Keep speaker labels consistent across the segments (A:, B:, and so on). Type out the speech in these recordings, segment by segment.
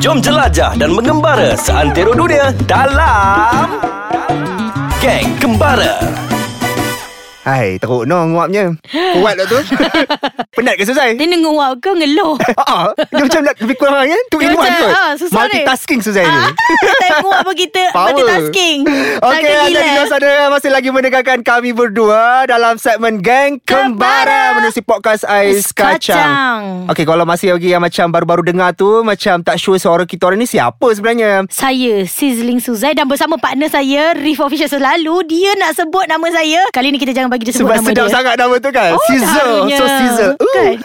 A: Jom jelajah dan mengembara seantero dunia dalam Geng Kembara.
B: Hai, teruk no nguapnya. Kuat lah tu. Penat ke Suzai?
C: Dia nengok awak kau ngeluh.
B: Ah, ah, dia macam nak lebih kurang kan? Tu
C: Dia
B: in one
C: macam,
B: kot.
C: ah, susah
B: Multitasking Suzai ni.
C: Ah, Tengok apa kita
B: Power.
C: multitasking.
B: Okey,
C: Takkan
B: anda di
C: gila.
B: luar sana masih lagi mendengarkan kami berdua dalam segmen Geng Kembara
C: Kembara.
B: menerusi podcast Ais Kacang.
C: Kacang.
B: Okey, kalau masih lagi yang macam baru-baru dengar tu, macam tak sure suara kita orang ni siapa sebenarnya.
C: Saya Sizzling Suzai Dan bersama partner saya Reef Official selalu Dia nak sebut nama saya Kali ni kita jangan bagi dia sebut
B: Sebab
C: nama
B: sedap
C: dia
B: sangat nama tu kan
C: Oh,
B: Sizzle
C: darunya.
B: So sizzle Ooh.
C: Kan?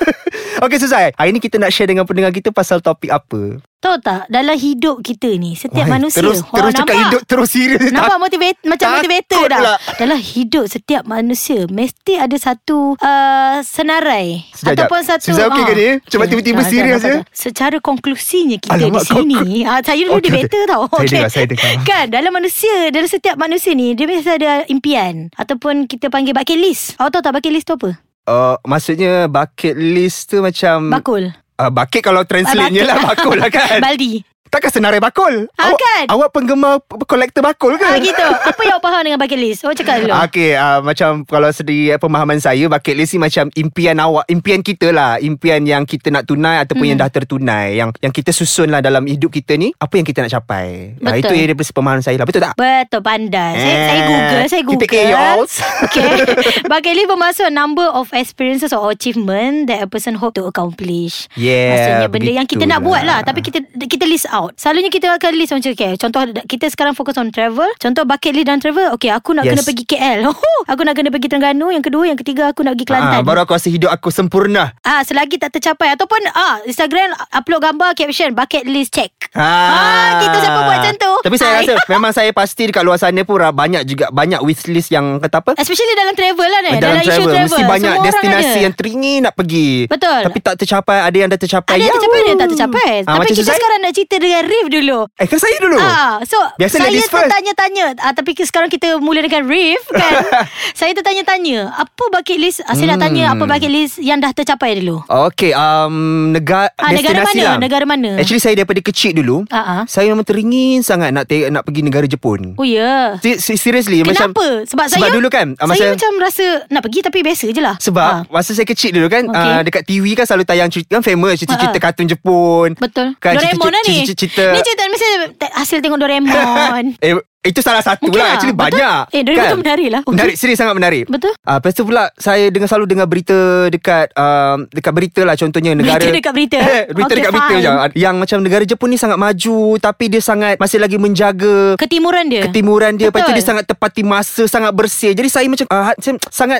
B: Okay Suzai Hari ni kita nak share dengan pendengar kita Pasal topik apa
C: Tahu tak Dalam hidup kita ni Setiap
B: Wahai,
C: manusia
B: Terus,
C: Wah,
B: terus cakap
C: nampak?
B: hidup Terus serius
C: Nampak motivate Macam
B: Takut
C: motivator dah
B: pula.
C: Dalam hidup setiap manusia Mesti ada satu uh, Senarai
B: Sekejap,
C: Ataupun
B: sekejap.
C: satu ah.
B: Suzai okey ke ni? Cuba
C: Okey,
B: tiba-tiba
C: jangan,
B: serius je.
C: jangan, jangan. Secara konklusinya kita
B: Alamak,
C: Alamak, di sini ah, Saya dulu
B: Okey,
C: okay, debater
B: okey.
C: tau
B: Saya
C: Okey.
B: dengar, saya dengar.
C: Kan dalam manusia Dalam setiap manusia ni Dia mesti ada impian Ataupun kita panggil bucket list Awak tahu tak bucket list tu apa?
B: uh, Maksudnya bucket list tu macam
C: Bakul
B: uh, Bucket kalau translate-nya
C: Bucket.
B: lah Bakul lah kan
C: Baldi
B: Takkan senarai bakul
C: Ah,
B: awak,
C: kan?
B: awak penggemar p- Kolektor bakul ke
C: Ah gitu Apa yang awak faham dengan bucket list? Awak cakap dulu
B: Okay uh, Macam kalau sendiri eh, Pemahaman saya Bucket list ni macam Impian awak Impian kita lah Impian yang kita nak tunai Ataupun
C: Hmm.
B: yang dah tertunai Yang yang kita susun lah Dalam hidup kita ni Apa yang kita nak capai Ah,
C: Betul.
B: Itu yang daripada pemahaman saya lah Betul tak?
C: Betul pandai saya,
B: Eh,
C: saya google Saya
B: kita
C: google
B: kaya, y'alls.
C: Okay Bucket list bermaksud Number of experiences Or achievement That a person hope to accomplish
B: Yeah,
C: Maksudnya benda yang kita nak
B: begitulah.
C: buat lah Tapi kita kita list out Selalunya kita akan list macam okay, Contoh kita sekarang fokus on travel Contoh bucket list dan travel Okay aku nak
B: Yes.
C: yes. kena pergi KL Aku nak kena pergi Terengganu Yang kedua Yang ketiga aku nak pergi Kelantan
B: Ah, baru aku rasa hidup aku sempurna
C: Ah, selagi tak tercapai ataupun ah Instagram upload gambar caption bucket list check. Ah, kita siapa buat macam tu?
B: Ha, Tapi saya
C: Ah.
B: rasa Memang saya pasti Dekat luar sana pun ra- Banyak juga Banyak wishlist yang Kata apa
C: Especially dalam travel lah ni.
B: Eh, dalam
C: isu
B: travel
C: travel
B: Mesti banyak
C: Semua orang
B: destinasi
C: ada.
B: Yang teringin nak pergi
C: Betul.
B: Tapi tak tercapai Ada yang dah tercapai
C: Ada yang
B: Yahoo!
C: tercapai Ada yang tak
B: Ah,
C: tercapai Tapi
B: macam
C: kita
B: Suzai?
C: sekarang nak cerita Dengan Rif dulu
B: Eh kan saya dulu
C: Ah, so
B: Biasa
C: saya
B: ladies first.
C: tertanya-tanya ah, Tapi ke- sekarang kita mula dengan Rif kan Saya tertanya-tanya Apa bucket list ah, Saya nak tanya
B: Hmm.
C: Apa bucket list Yang dah tercapai dulu
B: Okay um, negara,
C: Ah, negara
B: destinasi
C: mana?
B: lah.
C: Negara mana?
B: Actually saya daripada kecil dulu
C: Ah, ah.
B: Saya memang teringin sangat Nak te- nak pergi negara Jepun
C: Oh ya yeah.
B: Se- se- Seriously
C: Kenapa?
B: macam,
C: sebab,
B: sebab
C: saya
B: dulu kan ah,
C: Saya macam rasa Nak pergi tapi biasa je lah
B: Sebab
C: Ah,
B: masa saya kecil dulu kan
C: Okey.
B: okay. uh, Dekat TV kan selalu tayang cerita kan famous Cerita-cerita
C: Ha, ha.
B: kartun Jepun
C: Betul
B: kan,
C: Doraemon lah ni
B: cerita, cerita,
C: Ni cerita mesti Hasil tengok Doraemon
B: Eh itu salah satu
C: Okey
B: lah Actually
C: betul?
B: banyak kan?
C: Eh Doraemon tu menarik lah Okey.
B: Menarik serius sangat menarik
C: Betul
B: Ah, lepas tu pula saya dengar selalu dengar berita dekat um, dekat berita lah contohnya negara
C: Berita dekat berita.
B: berita
C: Okey,
B: dekat berita
C: fine.
B: je. Yang macam negara Jepun ni sangat maju tapi dia sangat masih lagi menjaga
C: Ketimuran dia
B: ketimuran dia Lepas tu
C: Betul.
B: dia sangat tepati masa Sangat bersih Jadi saya macam uh, saya sangat
C: Curious lah.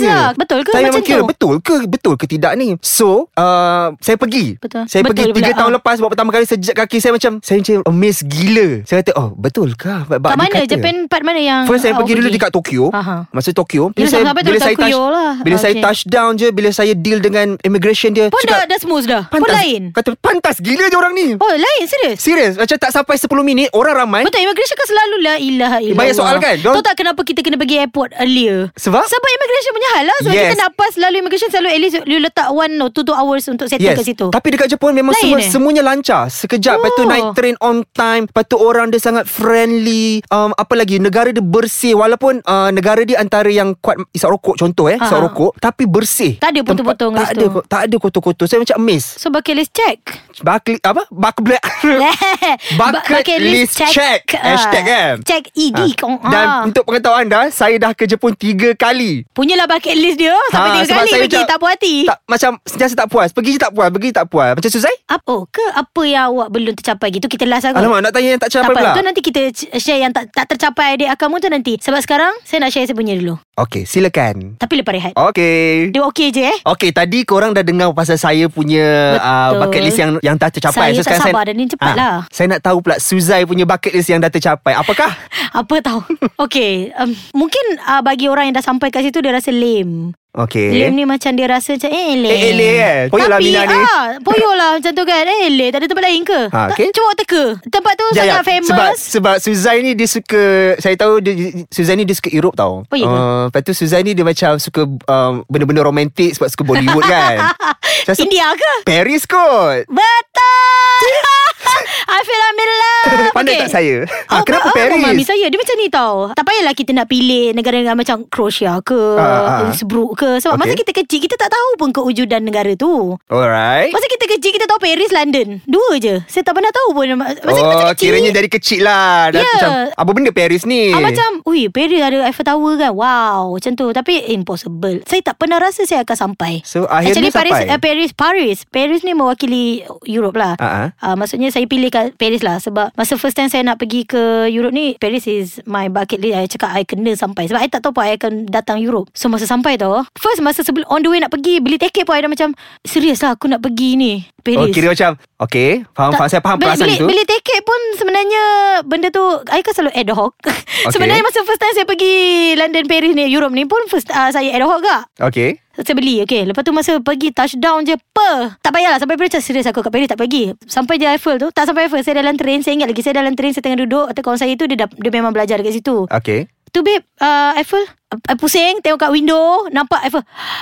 B: tertanya-tanya
C: Betul ke
B: Saya
C: macam
B: memang kira
C: tu?
B: Betul ke Betul ke tidak ni So uh, Saya pergi
C: Betul.
B: Saya
C: Betul
B: pergi 3
C: pula,
B: tahun
C: ah.
B: lepas Buat pertama kali sejak kaki saya macam Saya macam amazed gila Saya kata oh betul ke
C: Kat mana Japan part mana yang Ah,
B: First saya
C: awak
B: pergi dulu dekat Tokyo
C: Aha.
B: Masa Tokyo
C: Yelah,
B: saya,
C: sampai-sampai
B: bila
C: tu
B: saya touch
C: Tokyo lah.
B: Bila saya
C: Okay.
B: touchdown je Bila saya deal dengan Immigration dia
C: Pun dah,
B: cakap,
C: dah smooth dah Pun
B: "Pantas."
C: lain
B: Kata pantas gila je orang ni
C: Oh lain serius
B: Serius Macam tak sampai 10 minit Orang ramai
C: Betul immigration kan selalu La ilaha
B: Eh?
C: illallah
B: Banyak soal kan? Dorang-
C: Tahu tak kenapa kita kena pergi airport earlier
B: Sebab
C: Sebab immigration punya hal lah Sebab
B: Yes.
C: kita nak pass Lalu immigration selalu At least you letak one or two, two hours Untuk settle kat situ
B: Tapi dekat Jepun memang
C: Lain
B: semua,
C: eh?
B: semuanya lancar. Sekejap. Lepas tu
C: Oh.
B: naik train on time. Lepas tu orang dia sangat friendly. Um, apa lagi? Negara dia bersih. Walaupun uh, negara dia antara yang kuat isap rokok contoh eh. Isap
C: Ha.
B: rokok. Tapi bersih.
C: Tak ada potong-potong
B: Tempat- Tak
C: kat
B: ada,
C: situ.
B: ko- tak ada kotor-kotor. Saya macam amazed.
C: So bucket list check
B: Bakli, apa? Bak black.
C: Lah,
B: Bucket list check. Hashtag kan?
C: Ah. Check ED kong, ah.
B: Dan untuk pengetahuan anda, saya dah ke Jepun tiga kali. Ha,
C: Punyalah bucket list dia
B: Ah,
C: Sampai tiga
B: sebab
C: kali
B: saya
C: pergi
B: macam-
C: Tak puas hati
B: Tak, macam sentiasa tak puas. Pergi je tak puas, pergi je tak puas. Macam eh? Suzai?
C: Apa oh, ke Apa yang awak belum tercapai gitu Kita last lah kot.
B: Alamak, nak tanya yang tak
C: Tak
B: capai
C: apa,
B: pula.
C: tu nanti kita c- share yang tak, tak tercapai di akamu tu nanti. Sebab sekarang, saya nak share saya punya dulu.
B: Okey, silakan.
C: Tapi lepas
B: Oh.
C: rehat.
B: Okey.
C: Dia okey je eh.
B: Okey, tadi korang dah dengar pasal saya punya uh,
C: Betul.
B: bucket list yang yang dah tercapai.
C: Saya tak
B: sekarang
C: sabar dah ni, lah. cepatlah.
B: Ah, saya nak tahu pula Suzai punya bucket list yang dah tercapai. Apakah?
C: Apa tahu. okey, um, mungkin uh, bagi orang yang dah sampai kat situ, dia rasa lame.
B: Okey.
C: Lame ni macam dia rasa macam eh lame.
B: Eh, eh, lame eh. Poyo lah
C: Tapi,
B: Mina ni.
C: Ah, poyo lah macam tu kan. Eh lame, tak ada tempat lain ke?
B: Ha, okey.
C: Tak, Cuba awak teka. Tempat tu
B: Jap,
C: sangat
B: jap.
C: famous.
B: Ya, Sebab sebab Suzai ni dia suka saya tahu dia Suzai ni dia suka Europe tau.
C: Oh, ya ke?
B: Uh, lepas tu Suzai ni dia macam suka um, benda-benda romantik sebab suka Bollywood kan. Saya rasa
C: India ke?
B: Paris kot.
C: Betul!
B: Mana
C: Okey.
B: tak saya?
C: Oh,
B: Ah, kenapa
C: apa-
B: Paris?
C: Apa mami saya? Dia macam ni tau. Tak payahlah kita nak pilih negara-negara macam Croatia ke,
B: Ah, ah.
C: Innsbruck ke. Sebab
B: Okey.
C: masa kita kecil, kita tak tahu pun kewujudan negara tu.
B: Alright.
C: Eh, Masa kita kecil, kita tahu Paris, London. Dua je. Saya tak pernah tahu pun. Masa
B: oh,
C: masa kecil.
B: kiranya dari kecil lah. Dah
C: Ya.
B: macam, apa benda Paris ni?
C: Ah, macam Ui Paris ada Eiffel Tower kan Wow Macam tu Tapi impossible Saya tak pernah rasa Saya akan sampai
B: So, akhirnya
C: Actually, Paris,
B: sampai?
C: eh, Paris Paris Paris ni mewakili Europe lah
B: Ah, ah.
C: Ah, Maksudnya saya pilih kat Paris lah Sebab Masa first time saya nak pergi ke Europe ni Paris is my bucket list Saya cakap I kena sampai Sebab I tak tahu pun I akan datang Europe So masa sampai tau First masa sebelum On the way nak pergi Beli tiket pun I dah macam Serius lah aku nak pergi ni Paris
B: Oh, kira macam, okay. Faham, faham. Saya faham
C: beli,
B: perasaan
C: beli,
B: tu.
C: Beli tiket pun sebenarnya benda tu I kan selalu ad hoc. sebenarnya masa first time saya pergi London Paris ni Europe ni pun first uh, saya ad hoc gak.
B: Okay.
C: Saya beli okay Lepas tu masa pergi touchdown je Per Tak payahlah Sampai Paris macam serius aku kat Paris tak pergi Sampai je Eiffel tu Tak sampai Eiffel Saya dalam train Saya ingat lagi Saya dalam train Saya tengah duduk Atau kawan saya tu Dia, dah, dia memang belajar dekat situ
B: Okay.
C: Tu babe uh, Eiffel I pusing Tengok kat window Nampak Eiffel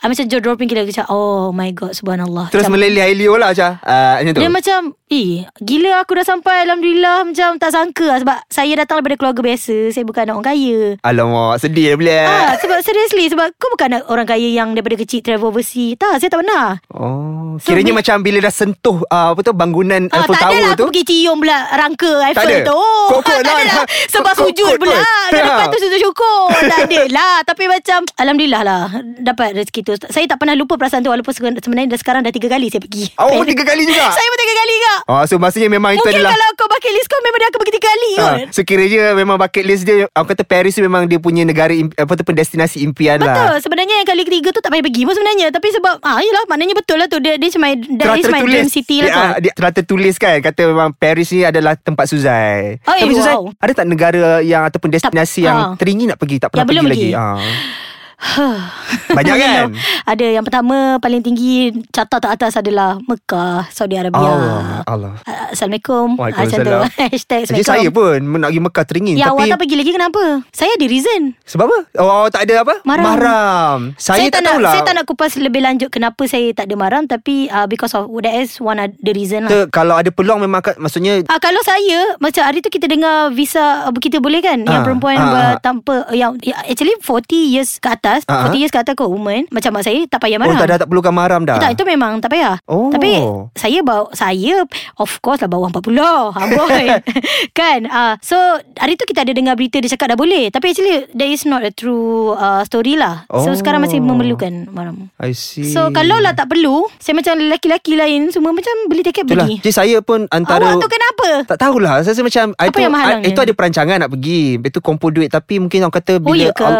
C: I macam jaw dropping gila Aku Macam oh my god Subhanallah
B: Terus
C: Macam-
B: meleleh air liur lah macam. Uh, macam tu.
C: dia macam Eh gila aku dah sampai Alhamdulillah Macam tak sangka lah Sebab saya datang daripada keluarga biasa Saya bukan anak orang kaya
B: Alamak, sedih pula.
C: Ah, sebab seriously Sebab kau bukan anak orang kaya Yang daripada kecil travel overseas Tak saya tak pernah
B: Oh,
C: So,
B: kiranya
C: bi-
B: macam bila dah sentuh uh, apa tu bangunan
C: Ah,
B: Eiffel
C: tak
B: Tower
C: adalah
B: tu.
C: aku pergi cium pula Rangka
B: Tak ada?
C: Eiffel tu
B: Kok- kok
C: Ah, tak
B: lah.
C: adalah Sebab
B: Kok-
C: sujud
B: kok
C: pula
B: kot.
C: Kat
B: Ya.
C: depan tu sujud syukur Tak ada lah Tapi macam Alhamdulillah lah Dapat rezeki tu Saya tak pernah lupa perasaan tu Walaupun se- sebenarnya dah sekarang dah tiga kali saya pergi
B: Awak pun Ah, oh, tiga kali juga?
C: Saya pun tiga kali kak
B: Oh, so maksudnya memang itu
C: Mungkin
B: adalah
C: kalau kan? kau pakai list kau Memang dia akan pergi tiga kali
B: Ah,
C: kot
B: so kiranya memang bucket list dia Aku kata Paris tu memang dia punya negara imp- Apa tu pendestinasi impian
C: Betul
B: lah
C: Sebenarnya yang kali ketiga tu Tak payah pergi pun sebenarnya Tapi sebab ah, Yelah maknanya betul lah tu Dia, dia cuma That is my dream city
B: dia, ah,
C: lah tu
B: dia, Telah tertulis kan Kata memang Paris ni adalah tempat Suzai
C: Oi,
B: Tapi Suzai
C: wow.
B: Ada tak negara yang Ataupun destinasi
C: Tak-
B: yang
C: ah.
B: Teringin nak pergi Tak pernah
C: Yang belum
B: pergi,
C: pergi.
B: lagi ah. Banyak kan
C: Ada yang pertama Paling tinggi Carta teratas adalah Mekah Saudi Arabia
B: Allah Allah
C: Ah, Assalamualaikum Ah, macam tu.
B: Oh. Waalaikumsalam
C: Hashtag
B: Jadi saya
C: Assalamualaikum
B: pun Nak pergi Mekah teringin
C: Ya awak
B: Tapi
C: tak pergi lagi kenapa Saya ada reason
B: Sebab apa? Oh, awak tak ada apa?
C: Mahram.
B: Mahram. Saya, tak, lah.
C: nak,
B: tahulah.
C: Saya tak nak kupas lebih lanjut Kenapa saya tak ada marah Tapi uh, because of That is one of the reason lah
B: Kita, kalau ada peluang memang akan, maksudnya oh,
C: Ah kalau saya macam hari tu kita dengar visa ah, kita boleh kan
B: Ah,
C: yang perempuan
B: ah, ah.
C: ber- tanpa yang ya, actually 40 years ke atas
B: Ah, ah.
C: 40 years ke atas ke woman macam mak saya tak payah
B: oh
C: marah.
B: tak dah tak perlukan mahram dah.
C: Tak itu memang tak payah
B: Oh.
C: Tapi saya bawa Saya Of course lah bawah 40 ah, boy. Kan uh, So Hari tu kita ada dengar berita Dia cakap dah boleh Tapi actually That is not a true uh, story lah
B: Oh.
C: So sekarang masih memerlukan Maram
B: I see.
C: So kalau lah tak perlu Saya macam lelaki-lelaki lain Semua macam beli tiket
B: Itulah.
C: pergi
B: Jadi saya pun antara
C: Awak tu kenapa?
B: Tak tahulah Saya rasa macam I
C: Apa
B: tu-
C: yang menghalangnya?
B: I- Itu ada perancangan nak pergi Lepas tu kumpul duit Tapi mungkin orang kata
C: Oh,
B: Bila
C: ya ke?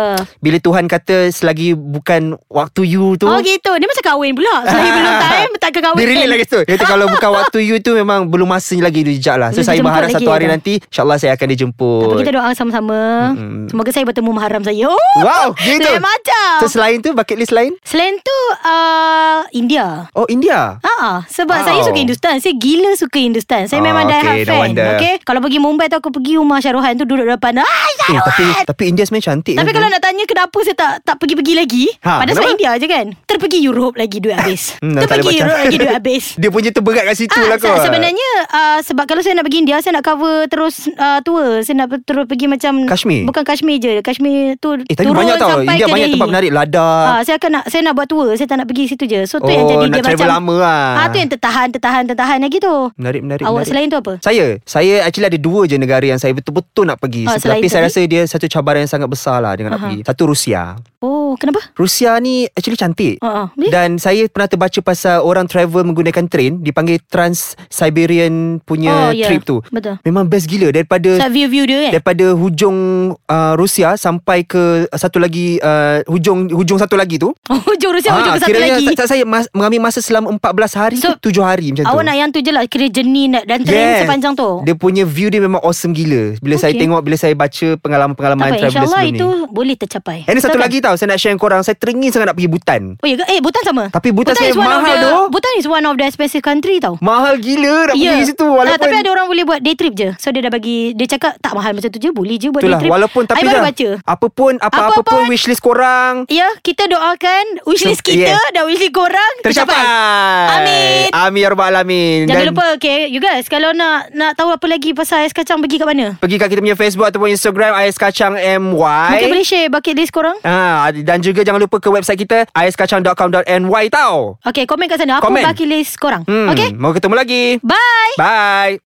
B: bila Tuhan kata Selagi bukan waktu you tu
C: Oh gitu Dia macam kahwin pula Selagi belum time Tak akan kahwin
B: Dia relate lagi tu Dia kata kalau bukan waktu you tu Memang belum masanya lagi dijak lah So
C: Belum
B: saya
C: dijemput
B: berharap
C: lagi
B: satu hari
C: dah.
B: nanti InsyaAllah saya akan dijemput
C: Tapi kita doa sama-sama
B: Mm-mm.
C: Semoga saya bertemu maharam saya oh,
B: Wow gitu
C: Lain macam
B: So selain tu bucket list lain
C: Selain tu uh, India
B: Oh India
C: Ah,
B: Wow.
C: sebab saya suka Hindustan. Saya gila suka Hindustan. Saya
B: Ah,
C: memang die
B: okay,
C: hard
B: no
C: fan.
B: wonder.
C: Okay? Kalau pergi Mumbai tu aku pergi rumah Syarohan tu duduk depan. Ah,
B: Eh,
C: Syarohan.
B: tapi tapi India sebenarnya cantik. lah,
C: Tapi kalau nak tanya kenapa saya tak tak pergi-pergi lagi?
B: Ha,
C: padahal saya
B: kenapa?
C: India je kan. Terpergi Europe lagi duit habis.
B: Hmm, tak ada
C: Terpergi
B: macam.
C: Europe lagi duit habis.
B: dia punya tu berat kat situ
C: Ah,
B: lah
C: se-
B: kot.
C: sebenarnya uh, sebab kalau saya nak pergi India saya nak cover terus uh, tour saya nak terus pergi macam
B: Kashmir?
C: bukan Kashmir je Kashmir tu
B: Eh tapi
C: turun
B: banyak tau
C: sampai
B: India
C: ke
B: banyak
C: Delhi.
B: tempat menarik
C: Ah,
B: Ladakh
C: saya akan nak saya nak buat tour. Saya tak nak pergi situ je. So tu
B: Oh,
C: yang jadi
B: nak
C: dia
B: travel
C: macam
B: lama lah.
C: Ah tu yang tertahan tertahan tertahan lagi tu.
B: Menarik menarik
C: Awak
B: menarik.
C: selain tu apa?
B: Saya Saya actually ada dua je negara Yang saya betul-betul nak pergi
C: Ah,
B: Tapi
C: selain
B: saya rasa
C: tadi?
B: dia Satu cabaran yang sangat besar lah Dengan nak pergi Satu Rusia
C: Oh, kenapa?
B: Rusia ni actually cantik
C: Ha, ha. Boleh?
B: Dan saya pernah terbaca pasal Orang travel menggunakan train Dipanggil Trans-Siberian Punya
C: Oh, ya.
B: trip tu
C: Betul.
B: Memang best gila Daripada
C: Sebab view-view dia kan?
B: daripada hujung uh, Rusia sampai ke satu lagi uh, hujung hujung satu lagi tu.
C: Oh, hujung Rusia, hujung ke satu
B: Ah, kiranya
C: lagi.
B: tak, tak saya mas, mengambil masa selama 14 hari
C: So,
B: ke 7 hari macam
C: Awak
B: tu.
C: nak yang tu je lah. Kira jernih nak- dan train
B: Yes.
C: sepanjang tu.
B: Dia punya view dia memang awesome gila. Bila okay. saya
C: Okay.
B: tengok bila saya baca
C: tak
B: pengalaman-pengalaman
C: apa,
B: traveler
C: insyaAllah
B: sebelum
C: itu
B: ni.
C: boleh tercapai.
B: And then satu
C: Betul kan?
B: lagi tau saya nak share dengan korang saya teringin sangat nak pergi Butan.
C: Oh, ya ke? Eh, Bhutan sama.
B: Tapi Bhutan saya
C: is one of
B: mahal
C: the,
B: doh.
C: Bhutan is one of the expensive country tau.
B: Mahal gila nak yeah. pergi situ walaupun
C: Ah, tapi ada orang boleh buat day trip je. So dia dah bagi dia cakap tak mahal macam tu je, boleh je buat
B: itulah
C: day trip.
B: walaupun tapi
C: I baru
B: dah,
C: baca.
B: apa pun apa-apa
C: Apa
B: pun
C: pun.
B: wishlist korang
C: Ya, kita doakan wishlist
B: So,
C: kita
B: yeah.
C: dan wishlist korang
B: tercapai.
C: tercapai. Amin.
B: Amin ya rabbal alamin.
C: Jangan
B: Dan-
C: lupa okay, you guys kalau nak nak nak tahu apa lagi pasal ais kacang pergi kat mana?
B: Pergi kat kita punya Facebook ataupun Instagram Ais Kacang MY.
C: Mungkin boleh share bucket list korang.
B: Ha, dan juga jangan lupa ke website kita aiskacang.com.ny tau.
C: Okay, komen kat sana. Apa
B: Komen.
C: bucket list korang?
B: Hmm,
C: Okay?
B: Mau ketemu lagi.
C: Bye!
B: Bye.